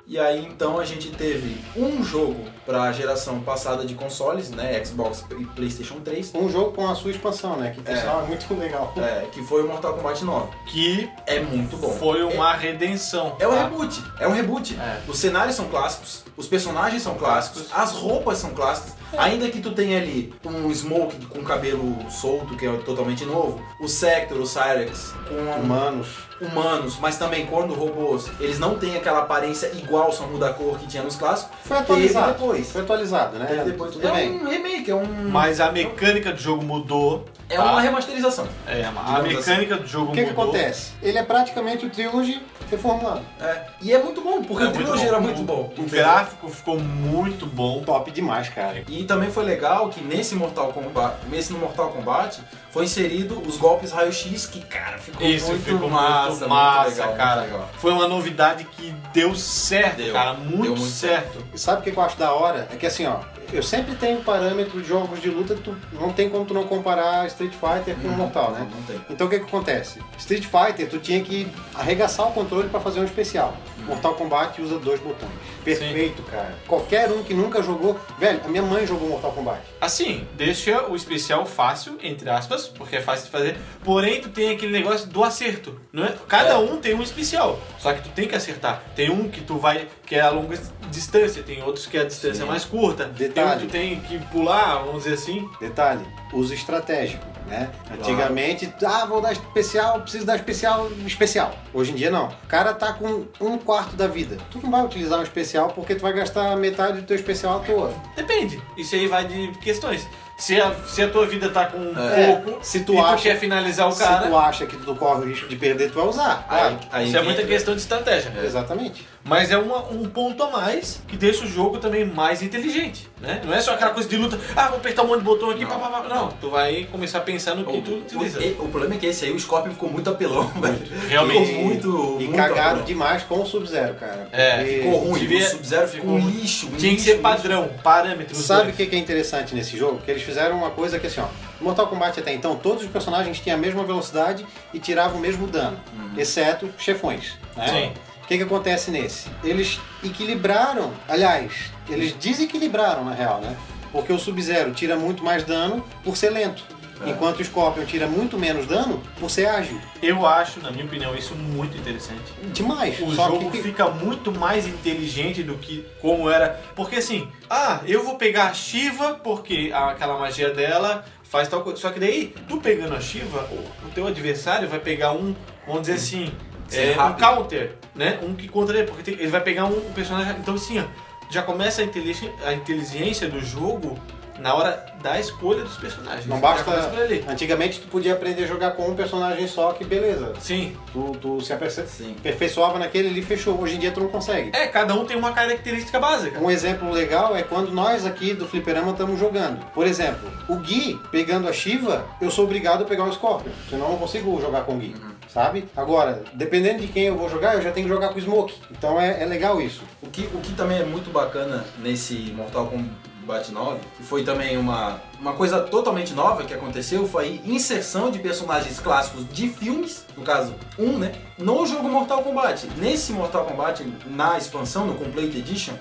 S2: E aí então a gente teve um jogo pra geração passada de consoles, né? Xbox e PlayStation 3,
S1: Um jogo com a sua expansão, né? Que por
S2: É.
S1: sinal é muito legal.
S2: é, que foi o Mortal Kombat 9.
S3: Que
S2: É muito bom.
S3: foi uma redenção.
S2: É um
S3: tá?
S2: reboot, é um reboot.
S3: É.
S2: Os cenários são clássicos, os personagens são clássicos, as roupas são clássicas. Ainda que tu tenha ali um Smoke com cabelo solto, que é totalmente novo, o Sector, o Cyrex com
S1: Humanos.
S2: humanos, mas também quando robôs, eles não têm aquela aparência igual, só muda a cor que tinha nos clássicos.
S1: Foi
S2: Teve
S1: atualizado.
S2: depois.
S1: Foi atualizado, né?
S2: Teve depois.
S1: Tudo
S2: é
S1: bem.
S2: um remake, é um.
S3: Mas a mecânica do jogo mudou.
S2: é
S3: tá?
S2: uma remasterização.
S3: É, a
S2: Digamos
S3: mecânica do jogo
S1: O que, que
S3: mudou.
S1: acontece? Ele é praticamente o Trilogy reformulado.
S2: É. E é muito bom, porque
S3: É
S2: o
S3: muito
S2: trilogia
S3: bom.
S2: era muito bom.
S3: O
S2: entendeu?
S3: gráfico ficou muito bom.
S1: Top demais, cara.
S2: E também foi legal que nesse Mortal Kombat, nesse no Mortal Kombat, foi inserido os golpes raio-x, que cara, ficou
S3: Isso,
S2: muito
S3: ficou
S2: massa,
S3: muito massa,
S2: legal, muito
S3: cara.
S2: legal.
S3: Foi uma novidade que deu certo,
S2: Deu.
S3: cara. Muito,
S2: Deu muito
S3: certo.
S1: E sabe o que que eu acho da hora? É que assim, ó, eu sempre tenho parâmetro de jogos de luta, tu não tem como tu não comparar Street Fighter com
S2: Uhum.
S1: Mortal, né?
S2: Não tem.
S1: Então o que que acontece? Street Fighter, tu tinha que arregaçar o controle pra fazer um especial.
S3: Uhum.
S1: Mortal Kombat usa dois botões. Perfeito, cara. Qualquer um que nunca jogou... Velho, a minha mãe jogou Mortal Kombat.
S3: Assim, deixa o especial fácil, entre aspas, porque é fácil de fazer. Porém, tu tem aquele negócio do acerto. Não é? Cada
S2: É.
S3: um tem um especial. Só que tu tem que acertar. Tem um que tu vai que é a longa distância, tem outros que a distância é mais curta, tem um
S1: Detalhe.
S3: que tu tem que pular, vamos dizer assim.
S1: Detalhe, uso estratégico, né? Antigamente, ah, vou dar especial, preciso dar especial, especial. Hoje em dia não. O cara tá com um quarto da vida. Tu não vai utilizar um especial porque tu vai gastar metade do teu especial à toa.
S3: Depende. Isso aí vai de questões. Se a, se a tua vida tá com
S1: É,
S3: pouco,
S1: se
S3: e
S1: tu
S3: tu
S1: acha,
S3: quer finalizar É o
S1: se tu
S3: cara,
S1: acha que tu corre o risco de perder, tu vai usar.
S2: Aí,
S1: Claro.
S2: aí
S3: isso é
S2: que
S3: muita
S2: entra- É.
S3: questão de estratégia.
S1: Exatamente.
S3: Mas é uma- um ponto a mais que deixa o jogo também mais inteligente, né? Não é só aquela coisa de luta, ah, vou apertar um monte de botão aqui,
S2: Não.
S3: pá, pá, pá. Não, tu vai começar a pensar no que
S2: O,
S3: tu utiliza.
S2: o- o problema é que esse aí, o Scorpion ficou muito apelão, velho.
S3: Realmente.
S2: Ficou muito.
S1: E
S2: muito
S1: cagaram
S2: apelão.
S1: demais com o Sub-Zero, cara.
S3: É,
S1: Porque-
S2: Ficou ruim,
S3: Devia-
S2: o Sub-Zero ficou um
S3: ficou-
S2: lixo. um
S3: Tinha que
S2: lixo,
S3: ser
S2: um
S3: padrão, parâmetro. os
S1: Sabe o
S3: dois.
S1: que que é interessante nesse jogo? Que eles fizeram uma coisa que assim, ó, Mortal Kombat até então, todos os personagens tinham a mesma velocidade e tiravam o mesmo dano, exceto chefões. Né?
S3: Uhum. Sim.
S1: O que, que acontece nesse? Eles equilibraram, aliás, eles desequilibraram na real, né? Porque o Sub-Zero tira muito mais dano por ser lento,
S2: É.
S1: enquanto o Scorpion tira muito menos dano por ser ágil.
S3: Eu acho, na minha opinião, isso muito interessante.
S1: Demais.
S3: O
S1: Só
S3: jogo
S1: que,
S3: fica muito mais inteligente do que como era. Porque assim, ah, eu vou pegar a Shiva porque aquela magia dela faz tal coisa. Só que daí, tu pegando a Shiva, o- o teu adversário vai pegar um, vamos dizer assim,
S2: Ser
S3: é, um
S2: rápido.
S3: counter, né? Um que contra ele, porque tem- ele vai pegar um personagem. Então assim, ó, já começa a, inteligen- a inteligência do jogo na hora da escolha dos personagens.
S1: Não
S3: Já
S1: basta-
S3: começa por ali.
S1: Antigamente tu podia aprender a jogar com um personagem só, que beleza.
S3: Sim.
S1: Tu, tu se aperce-
S2: Sim.
S1: aperfeiçoava naquele ali, fechou. Hoje em dia tu não consegue.
S3: É, cada um tem uma característica básica.
S1: Um exemplo legal é quando nós aqui do Fliperama estamos jogando. Por exemplo, o Gui pegando a Shiva, eu sou obrigado a pegar o Scorpion, senão eu não consigo jogar com o Gui, sabe? Agora, dependendo de quem eu vou jogar, eu já tenho que jogar com o Smoke. Então é, é legal isso.
S2: O que, o que também é muito bacana nesse Mortal Kombat 9, que foi também uma, uma coisa totalmente nova que aconteceu, foi a inserção de personagens clássicos de filmes, no caso um, né? No jogo Mortal Kombat. Nesse Mortal Kombat, na expansão, no Complete Edition,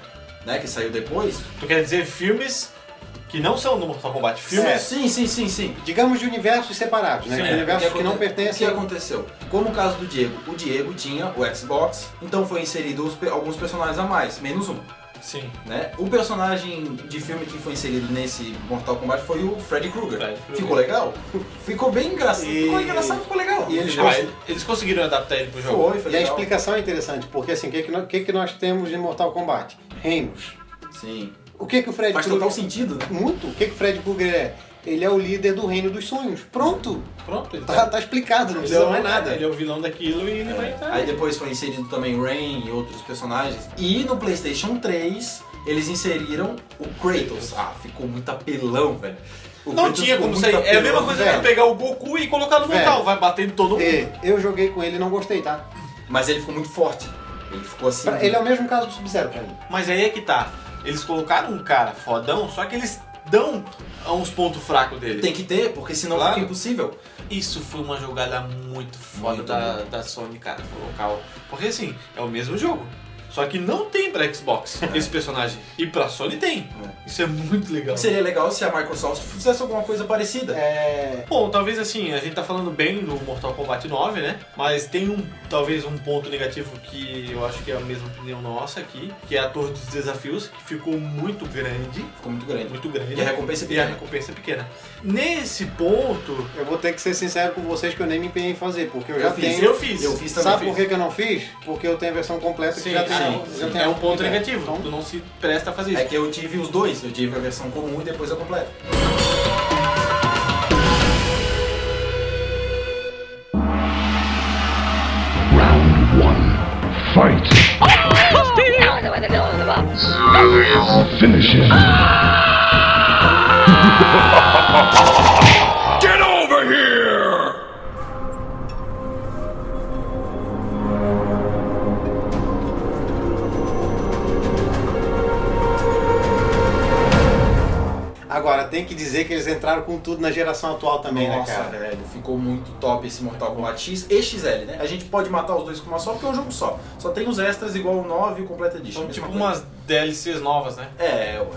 S2: né, que saiu depois.
S3: Tu quer dizer filmes que não são do Mortal Kombat? Filmes.
S2: é, Sim, sim, sim, sim.
S1: Digamos de universos separados, né?
S3: Sim,
S1: De
S3: é.
S1: universos que, não
S2: aconte-
S1: pertencem.
S2: O que aconteceu? Como o caso do Diego, o Diego tinha o Xbox, então foi inserido os pe- alguns personagens a mais, menos um.
S3: Sim.
S2: né? O personagem de filme que foi inserido nesse Mortal Kombat foi o Freddy Krueger.
S3: Freddy Krueger.
S2: Ficou legal? Ficou bem engraçado.
S1: E-
S2: Ficou engraçado, ficou legal.
S1: e eles
S3: Ah,
S1: gostam-
S3: eles conseguiram adaptar ele pro jogo.
S2: Foi, foi
S1: E a
S2: legal.
S1: explicação é interessante, porque assim, o que, que, nós, o que que nós temos em Mortal Kombat? Reinos.
S2: Sim.
S1: O que, que o Fred é?
S2: Faz total sentido, né?
S1: Muito. O que, que o Fred Krueger é? Ele é o líder do reino dos sonhos. Pronto.
S3: Pronto, ele
S1: Tá, tá explicado, não
S3: ele
S1: precisa
S3: é o-
S1: mais nada.
S3: Ele é o vilão daquilo e ele vai
S1: É.
S3: entrar.
S2: Aí depois foi inserido também Rain e outros personagens. E no PlayStation 3, eles inseriram o Kratos. Ah, ficou muito apelão, velho. O
S3: Não
S2: Kratos
S3: tinha
S2: ficou
S3: como
S2: muito
S3: sair. É É. a mesma
S2: apelão,
S3: coisa
S1: velho.
S3: que pegar o Goku e colocar no
S1: Velho.
S3: mortal. Vai bater em todo mundo.
S1: E eu joguei com ele e não gostei, tá?
S2: Mas ele ficou muito forte. Ele ficou assim.
S1: Pra- Ele é o mesmo caso do Sub-Zero pra mim.
S3: Mas aí é que tá. Eles colocaram um cara fodão, só que eles dão uns pontos fracos dele.
S2: Tem que ter, porque senão
S3: Claro.
S2: fica impossível.
S3: Isso foi uma jogada muito foda
S2: Muito
S3: da, da Sony, cara, colocar o- Porque assim, é o mesmo jogo. Só que não tem pra Xbox esse personagem. E pra Sony tem. Isso é muito legal.
S2: Seria legal se a Microsoft fizesse alguma coisa parecida.
S1: É.
S3: Bom, talvez assim, a gente tá falando bem do Mortal Kombat 9, né? Mas tem um, talvez um ponto negativo que eu acho que é a mesma opinião nossa aqui, que é a Torre dos Desafios, que ficou muito grande,
S2: Ficou muito grande.
S3: muito grande.
S2: E a recompensa é
S3: E a
S2: pequena.
S3: recompensa é pequena. Nesse ponto,
S1: Eu vou ter que ser sincero com vocês que eu nem me empenhei em fazer, porque eu, já
S2: fiz,
S1: tenho.
S3: eu fiz.
S2: Eu fiz também.
S1: Sabe
S2: fiz.
S1: por que que eu não fiz? Porque eu tenho a versão completa que
S3: Sim,
S1: já
S3: sim,
S1: tem. já
S3: sim.
S1: tem
S3: é
S1: a-
S3: um ponto
S1: é.
S3: negativo.
S1: Então,
S3: Tu não se presta a fazer isso.
S2: É que eu tive os dois. Eu tive a versão comum e depois a completa.
S4: Round one. Fight. Finish him. Get over here!
S1: Agora, tem que dizer que eles entraram com tudo na geração atual também,
S2: Nossa,
S1: né, cara?
S2: velho. Ficou muito top esse Mortal Kombat X e XL, né? A gente pode matar os dois com uma só, porque é um jogo só. Só tem os extras igual o 9 e o Completa Edition.
S3: São
S2: Mesma
S3: tipo
S2: coisa.
S3: umas DLCs novas, né?
S2: É, ué.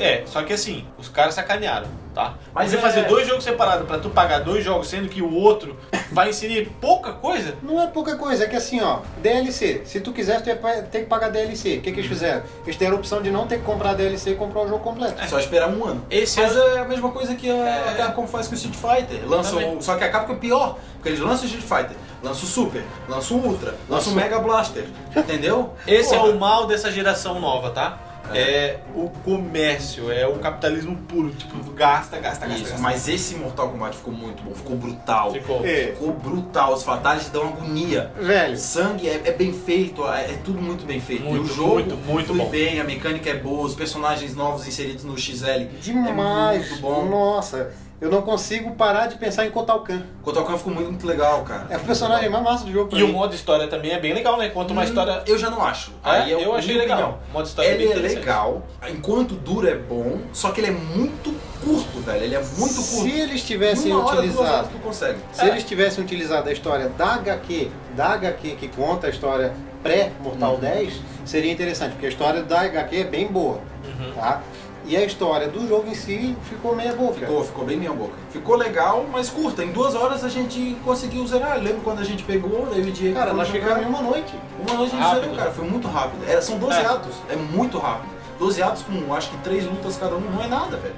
S3: É, só que assim, os caras sacanearam, tá?
S2: Mas
S3: Mas você
S2: é-
S3: fazer dois jogos separados pra tu pagar dois jogos, sendo que o outro vai inserir pouca coisa,
S1: Não é pouca coisa, é que assim, ó, DLC. Se tu quiser, tu ia pa- ter que pagar DLC. O que, que
S2: Uhum.
S1: eles fizeram? Eles deram a opção de não ter que comprar DLC e comprar o jogo completo.
S2: Só esperar um ano.
S3: esse
S2: Mas
S3: ano.
S2: é a mesma coisa que a Capcom faz com o Street Fighter. Lançam,
S3: Também.
S2: só que a Capcom é pior, porque eles lançam o Street Fighter, lançam o Super, lançam o Ultra, lançam o Mega Blaster, entendeu?
S3: Esse
S2: Porra.
S3: é o mal dessa geração nova, tá? É o comércio, é o capitalismo puro, tipo, tu gasta, gasta, gasta,
S2: Isso,
S3: gasta.
S2: mas esse Mortal Kombat ficou muito bom, ficou brutal.
S3: Ficou.
S1: É.
S2: Ficou brutal, os fatalities dão agonia. O
S1: Velho,
S2: sangue é, é bem feito, é, é tudo muito bem feito.
S3: Muito,
S2: e o jogo
S3: muito, muito
S2: flui
S3: bom.
S2: bem, a mecânica é boa, os personagens novos inseridos no XL.
S1: demais.
S2: É muito bom.
S1: Nossa, eu não consigo parar de pensar em Kotalkan.
S2: Kotokan ficou muito, muito legal, cara.
S1: É o personagem mais massa do jogo pra
S3: E o
S1: mim.
S3: modo história também é bem legal, né? Conta uma
S2: Hum,
S3: história.
S2: Eu já não acho.
S3: Ah,
S2: Aí
S3: eu,
S2: é
S3: achei
S2: minha
S3: legal.
S2: opinião.
S3: O modo história é
S2: Ele
S3: bem
S2: é
S3: interessante.
S2: legal, enquanto dura é bom, só que ele é muito curto, velho. Ele é muito curto.
S1: Se eles tivessem
S2: Uma hora, duas horas É.
S1: utilizado.
S2: tu consegue.
S1: Se eles tivessem utilizado a história da HQ, da HQ que conta a história pré-Mortal
S2: Uhum.
S1: 10, seria interessante, porque a história da HQ é bem boa,
S2: Uhum.
S1: tá? E a história do jogo em si ficou meia boca.
S2: Ficou, ficou bem minha boca. Ficou legal, mas curta. Em duas horas a gente conseguiu zerar. Eu lembro quando a gente pegou, daí o Diego.
S1: Cara,
S2: foi
S1: nós
S2: jogar.
S1: ficamos em uma noite.
S2: Uma noite a gente
S3: Rápido.
S2: zerou, cara. Foi muito rápido. Era- são 12
S3: É.
S2: atos. É muito rápido. 12 atos com acho que três lutas cada um não é nada, velho.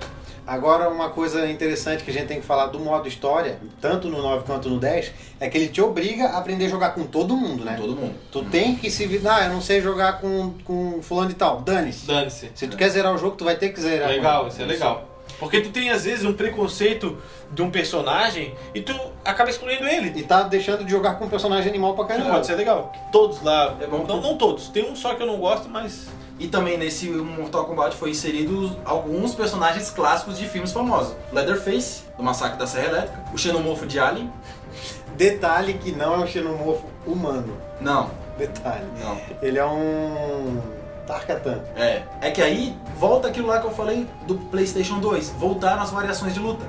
S1: Agora, uma coisa interessante que a gente tem que falar do modo história, tanto no 9 quanto no 10, é que ele te obriga a aprender a jogar com todo mundo, né?
S2: Todo mundo.
S1: Tu tem que se virar, ah, eu não sei jogar com, com fulano de tal, dane-se.
S3: Dane-se.
S1: Se tu quer zerar o jogo, tu vai ter que zerar.
S3: Legal, isso é legal. Porque tu tem às vezes um preconceito de um personagem e tu acaba excluindo ele.
S1: E tá deixando de jogar com um personagem animal pra
S3: Não
S1: caramba.
S3: pode ser legal. Todos lá.
S2: É bom.
S3: Não, não todos. Tem um só que eu não gosto, mas.
S2: E também nesse Mortal Kombat foi inseridos alguns personagens clássicos de filmes famosos. Leatherface, do Massacre da Serra Elétrica. O Xenomorfo de Alien.
S1: Detalhe que não é um xenomorfo humano.
S2: Não,
S1: Detalhe.
S2: não.
S1: Ele é um. Tarkatan.
S2: É. É que aí volta aquilo lá que eu falei do PlayStation 2. Voltaram as variações de luta.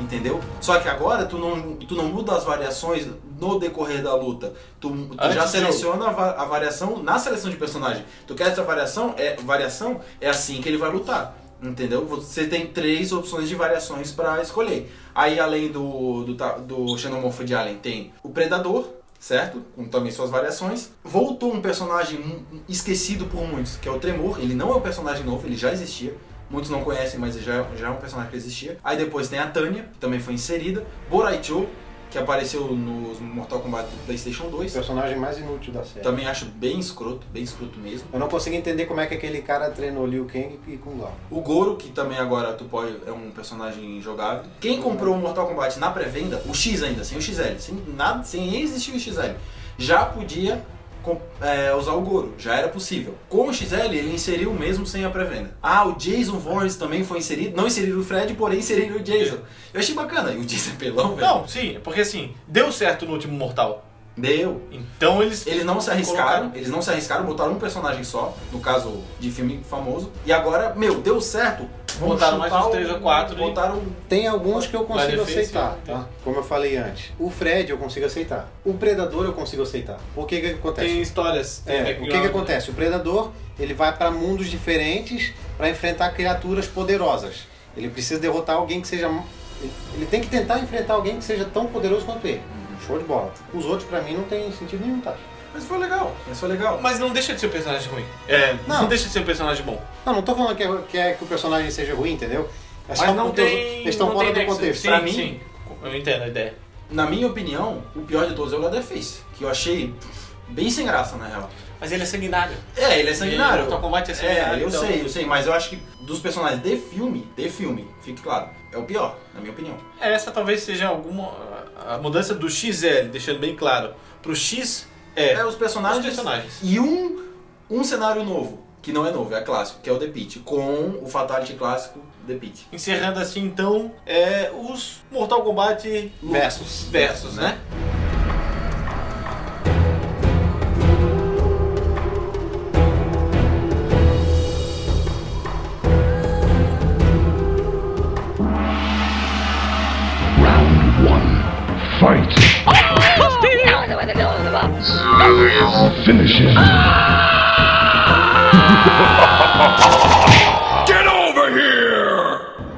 S2: Entendeu? Só que agora tu não, tu não muda as variações no decorrer da luta. Tu, tu
S3: Antes
S2: já
S3: do
S2: seleciona a, va- a variação na seleção de personagem. Tu quer essa variação? É, variação é assim que ele vai lutar. Entendeu? Você tem três opções de variações pra escolher. Aí, além do, do, ta- do Xenomorfo de Alien, tem o Predador, certo? Com também suas variações. Voltou um personagem mu- esquecido por muitos, que é o Tremor. Ele não é um personagem novo, ele já existia. Muitos não conhecem, mas ele já, é- já é um personagem que existia. Aí depois tem a Tânia, que também foi inserida. Boraicho, que apareceu no Mortal Kombat do PlayStation
S1: O
S2: 2.
S1: personagem mais inútil da série.
S2: Também acho bem escroto, bem escroto mesmo.
S1: Eu não consigo entender como é que aquele cara treinou Liu Kang e Kung Lao.
S2: O Goro, que também agora tu pode, é um personagem jogável. Quem comprou o Mortal Kombat na pré-venda, o X ainda, sem o XL, sem nada, sem nem existir o XL, já podia com- é, usar o Goro, já era possível. Com o XL, ele inseriu mesmo sem a pré-venda. Ah, o Jason Voorhees também foi inserido, não inseriram o Fred, porém inseriram o Jason. Eu achei bacana, e o Jason é pelão, velho.
S3: Não, sim, é porque assim, deu certo no último Mortal.
S2: Deu.
S3: Então eles.
S2: Eles não se
S3: Colocaram.
S2: arriscaram, eles não se arriscaram, botaram um personagem só, no caso de filme famoso. E agora, meu, deu certo. vamos
S3: Botaram mais
S2: chutar
S3: uns
S2: o-
S3: três ou quatro e-
S2: Botaram
S1: Tem alguns que eu consigo
S3: Mas é difícil,
S1: aceitar,
S3: né?
S1: tá? Como eu falei antes. O Fred eu consigo aceitar. O Predador eu consigo aceitar. O que que acontece?
S3: Tem histórias. tem né?
S1: É, o que, que
S3: background.
S1: acontece? O predador ele vai para mundos diferentes para enfrentar criaturas poderosas. Ele precisa derrotar alguém que seja. Ele tem que tentar enfrentar alguém que seja tão poderoso quanto ele. Show de bola. Os outros pra mim não tem sentido nenhum, tá?
S2: Mas foi legal, mas foi legal.
S3: Mas não deixa de ser um personagem ruim. É, não,
S1: Não.
S3: deixa de ser um personagem bom.
S1: Não, não tô falando que é que, é que o personagem seja ruim, entendeu? É só
S3: Mas não
S1: porque os-
S3: tem.
S1: eles estão
S3: não
S1: fora
S3: tem
S1: do
S3: nexo.
S1: contexto.
S3: Sim,
S2: Pra mim-
S3: sim. Eu entendo a ideia.
S2: Na minha opinião, o pior de todos é o Leatherface, que eu achei bem sem graça, na real.
S3: Mas ele é sanguinário.
S2: É, ele é
S3: E
S2: sanguinário.
S3: Mortal Kombat é sanguinário,
S2: eu
S3: então.
S2: sei, eu sei, mas eu acho que dos personagens de filme, de filme, fique claro, é o pior, na minha opinião.
S3: Essa talvez seja alguma. A mudança do XL, deixando bem claro, pro X é.
S2: É os personagens,
S3: Os personagens.
S2: e um, um cenário novo, que não é novo, é clássico, que é o The Pit, com o Fatality clássico The Pit.
S3: Encerrando assim então, é, os Mortal Kombat
S1: Versus.
S3: versus, né?
S4: Round one. Fight. Finish him. Get over here!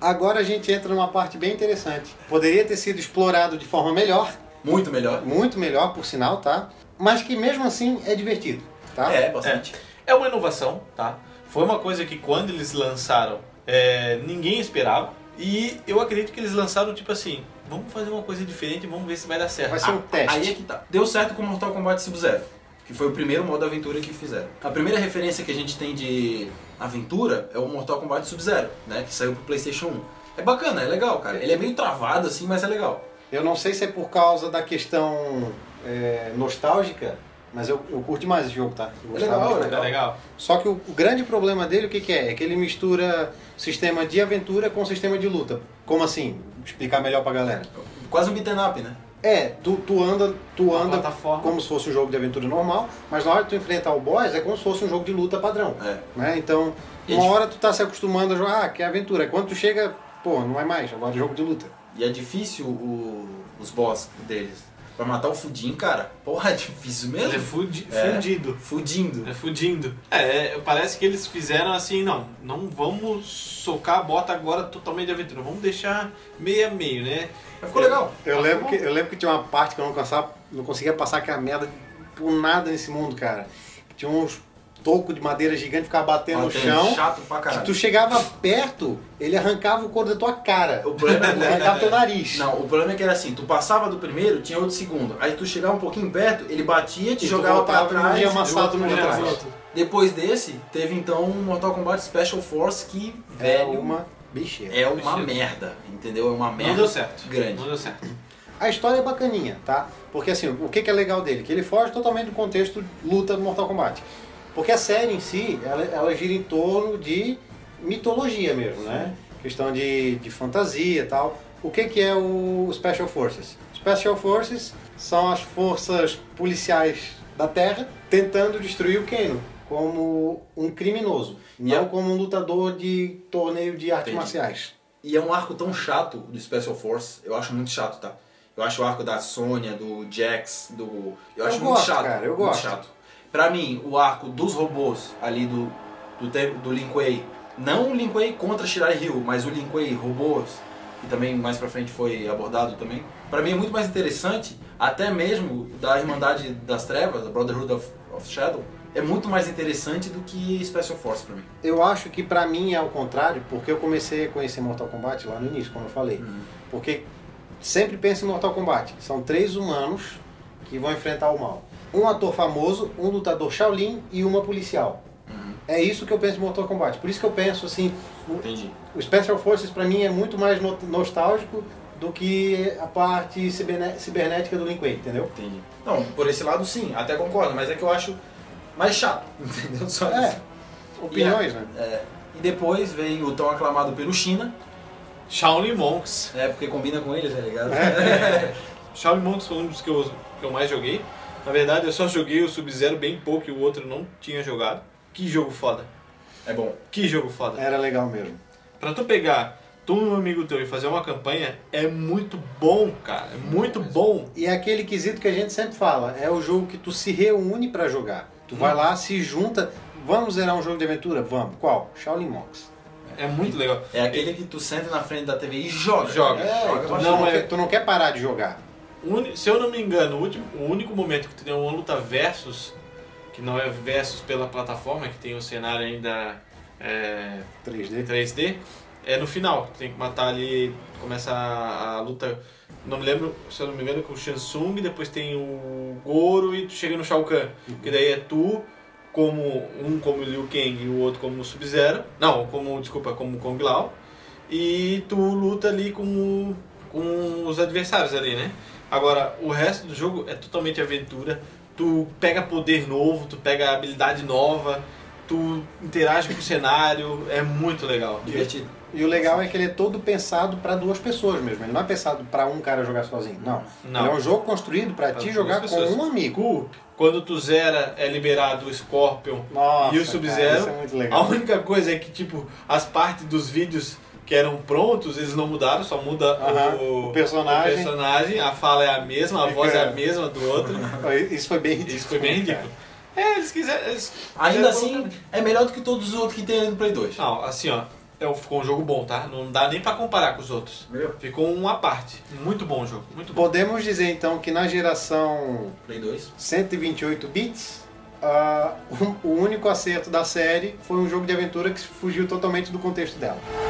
S1: Agora a gente entra numa parte bem interessante. Poderia ter sido explorado de forma melhor,
S2: Muito melhor.
S1: muito melhor, por sinal, tá? Mas que mesmo assim é divertido, tá?
S2: É, bastante.
S3: É uma inovação, tá? Foi uma coisa que quando eles lançaram, é, ninguém esperava. E eu acredito que eles lançaram tipo assim, vamos fazer uma coisa diferente, vamos ver se vai dar certo.
S1: Vai ser um teste.
S2: Aí é que tá. Deu certo com Mortal Kombat Sub-Zero, que foi o primeiro modo aventura que fizeram. A primeira referência que a gente tem de aventura é o Mortal Kombat Sub-Zero, né? Que saiu pro PlayStation 1. É bacana, é legal, cara. Ele é meio travado assim, mas é legal.
S1: Eu não sei se é por causa da questão é, nostálgica, mas eu, eu curto mais esse jogo, tá? Eu gostava
S2: legal,
S1: bastante.
S3: Tá legal?
S1: Só que o, o grande problema dele, o que, que é? É que ele mistura sistema de aventura com sistema de luta. Como assim? Vou explicar melhor pra galera.
S2: Quase um beat'em up, né?
S1: É, tu, tu anda, tu
S3: Uma
S1: anda
S3: plataforma.
S1: como se fosse um jogo de aventura normal, mas na hora de tu enfrentar o boss é como se fosse um jogo de luta padrão.
S2: É.
S1: Né? Então,
S2: E
S1: uma
S2: a dif-
S1: hora tu tá se acostumando a jogar, ah, que é aventura. Quando tu chega, pô, não é mais, agora é jogo de luta.
S2: E é difícil o- os boss deles. Pra matar o Fudim, cara, porra, é difícil
S3: Ele é
S2: mesmo.
S3: fudi-
S2: É.
S3: fundido.
S2: Fudindo.
S3: É fudindo. É, é, parece que eles fizeram assim, não, não vamos socar a bota agora totalmente de aventura, vamos deixar meio a meio, né?
S2: Mas ficou legal.
S1: Eu
S3: Ah,
S1: lembro,
S3: bom.
S1: que, eu lembro que tinha uma parte que eu não, cansava, não conseguia passar aquela merda por nada nesse mundo, cara. Tinha uns tocos de madeira gigante que ficava batendo no
S2: Batendo,
S1: chão.
S2: Chato pra
S1: Se
S2: caralho.
S1: tu chegava perto, ele arrancava o couro da tua cara.
S2: O problema é
S1: Ele arrancava teu nariz.
S2: Não, o problema é que era assim, tu passava do primeiro, tinha outro segundo. Aí tu chegava um pouquinho perto, ele batia, te
S1: E tu
S2: jogava pra
S1: voltava e
S2: trás.
S1: ia amassado
S2: e
S1: no
S2: outro
S1: outro
S2: pra
S1: lado.
S2: trás. Depois desse, teve então o Mortal Kombat Special Force que,
S1: É
S2: velho,
S1: uma bicheira.
S2: é uma merda, entendeu? É uma merda.
S3: Não deu certo.
S2: grande.
S3: Não deu certo.
S1: A história é bacaninha, tá? Porque assim, o que que é legal dele? Que ele foge totalmente do contexto luta do Mortal Kombat. Porque a série em si, ela, ela gira em torno de mitologia mesmo, né? Questão de, de fantasia e tal. O que que é o Special Forces? Special Forces são as forças policiais da Terra tentando destruir o Kano como um criminoso, não
S2: Yeah.
S1: como um lutador de torneio de artes
S2: Entendi.
S1: marciais.
S2: E é um arco tão chato do Special Force, eu acho muito chato, tá? Eu acho o arco da Sônia, do Jax, do. Eu,
S1: Eu
S2: acho muito
S1: gosto,
S2: chato.
S1: cara, eu
S2: muito
S1: gosto.
S2: chato. Pra mim, o arco dos robôs ali do. do, te- do Lin Kuei. Não o Lin Kuei contra Shirai Ryu, mas o Lin Kuei robôs, que também mais pra frente foi abordado também. Pra mim é muito mais interessante, até mesmo da Irmandade das Trevas, da Brotherhood of, of Shadow, é muito mais interessante do que Special Force pra mim.
S1: Eu acho que pra mim é ao contrário, porque eu comecei a conhecer Mortal Kombat lá no início, como eu falei. Porque sempre pensa em Mortal Kombat. São três humanos que vão enfrentar o mal. Um ator famoso, um lutador Shaolin e uma policial. É isso que eu penso em Mortal Kombat. Por isso que eu penso assim, o-
S2: Entendi.
S1: o Special Forces pra mim é muito mais no- nostálgico do que a parte ciberne- cibernética do Lin Kuei, entendeu?
S2: Entendi. Não, por esse lado sim, até concordo, mas é que eu acho mais chato, entendeu? Só isso.
S1: É. Opiniões, né?
S2: E depois vem o tão aclamado pelo China,
S3: Shaolin Monks.
S2: é porque combina com ele, tá ligado?
S3: Shaolin Monks foi um dos que eu, que eu mais joguei. Na verdade, eu só joguei o Sub-Zero bem pouco e o outro eu não tinha jogado. Que jogo foda.
S2: É bom.
S3: Que jogo foda.
S1: Era legal mesmo.
S3: Pra tu pegar tu e um amigo teu e fazer uma campanha é muito bom, cara. É muito bom.
S1: E é aquele quesito que a gente sempre fala, é o jogo que tu se reúne pra jogar. Tu
S3: Hum.
S1: vai lá, se junta, vamos zerar um jogo de aventura? Vamos. Qual? Shaolin Monks.
S3: É muito legal.
S2: É aquele que tu senta na frente da TV e joga.
S3: Joga.
S1: É, tu
S2: bastante.
S1: não,
S3: Não é-
S1: quer- tu não quer parar de jogar.
S3: O uni- Se eu não me engano, o, último- o único momento que tu deu uma luta versus, que não é versus pela plataforma, que tem o cenário ainda é,
S1: 3D.
S3: 3D, é no final. Tu tem que matar ali, começa a, a luta. Não me lembro, se eu não me engano, com o Shansung, depois tem o Goro e tu chega no Shao Kahn. Que daí é tu, como um como Liu Kang e o outro como o Sub-Zero. Não, como, desculpa, como Kong Lao. E tu luta ali com, o- com os adversários ali, né? Agora, o resto do jogo é totalmente aventura. Tu pega poder novo, tu pega habilidade nova, tu interage com o cenário, é muito legal.
S2: Divertido.
S1: E o legal é que ele é todo pensado pra duas pessoas mesmo. Ele não é pensado pra um cara jogar sozinho. Não.
S3: Não.
S1: Ele é um jogo construído pra
S3: Pra
S1: ti
S3: duas
S1: jogar com
S3: pessoas.
S1: um amigo.
S3: Quando tu zera, é liberado o Scorpion
S1: Nossa,
S3: e o
S1: cara,
S3: Sub-Zero.
S1: isso é muito
S3: A
S1: legal.
S3: única coisa é que, tipo, as partes dos vídeos que eram prontos, eles não mudaram, só muda
S1: Aham,
S3: o,
S1: o personagem.
S3: o personagem, a fala é a mesma, a
S1: Fica-
S3: voz é a mesma do outro.
S1: Isso foi bem ridículo.
S3: Isso foi bem
S1: cara.
S3: ridículo. É, eles quiseram. Eles
S2: Ainda
S3: quiseram
S2: assim, é melhor do que todos os outros que tem no Play 2.
S3: Não, assim, ó. é um- ficou um jogo bom, tá? Não dá nem pra comparar com os outros.
S2: Meu.
S3: Ficou um à parte. Muito bom o jogo, muito bom.
S1: Podemos dizer então que na geração
S2: Play 2.
S1: 128 bits, ah, o- o único acerto da série foi um jogo de aventura que fugiu totalmente do contexto dela.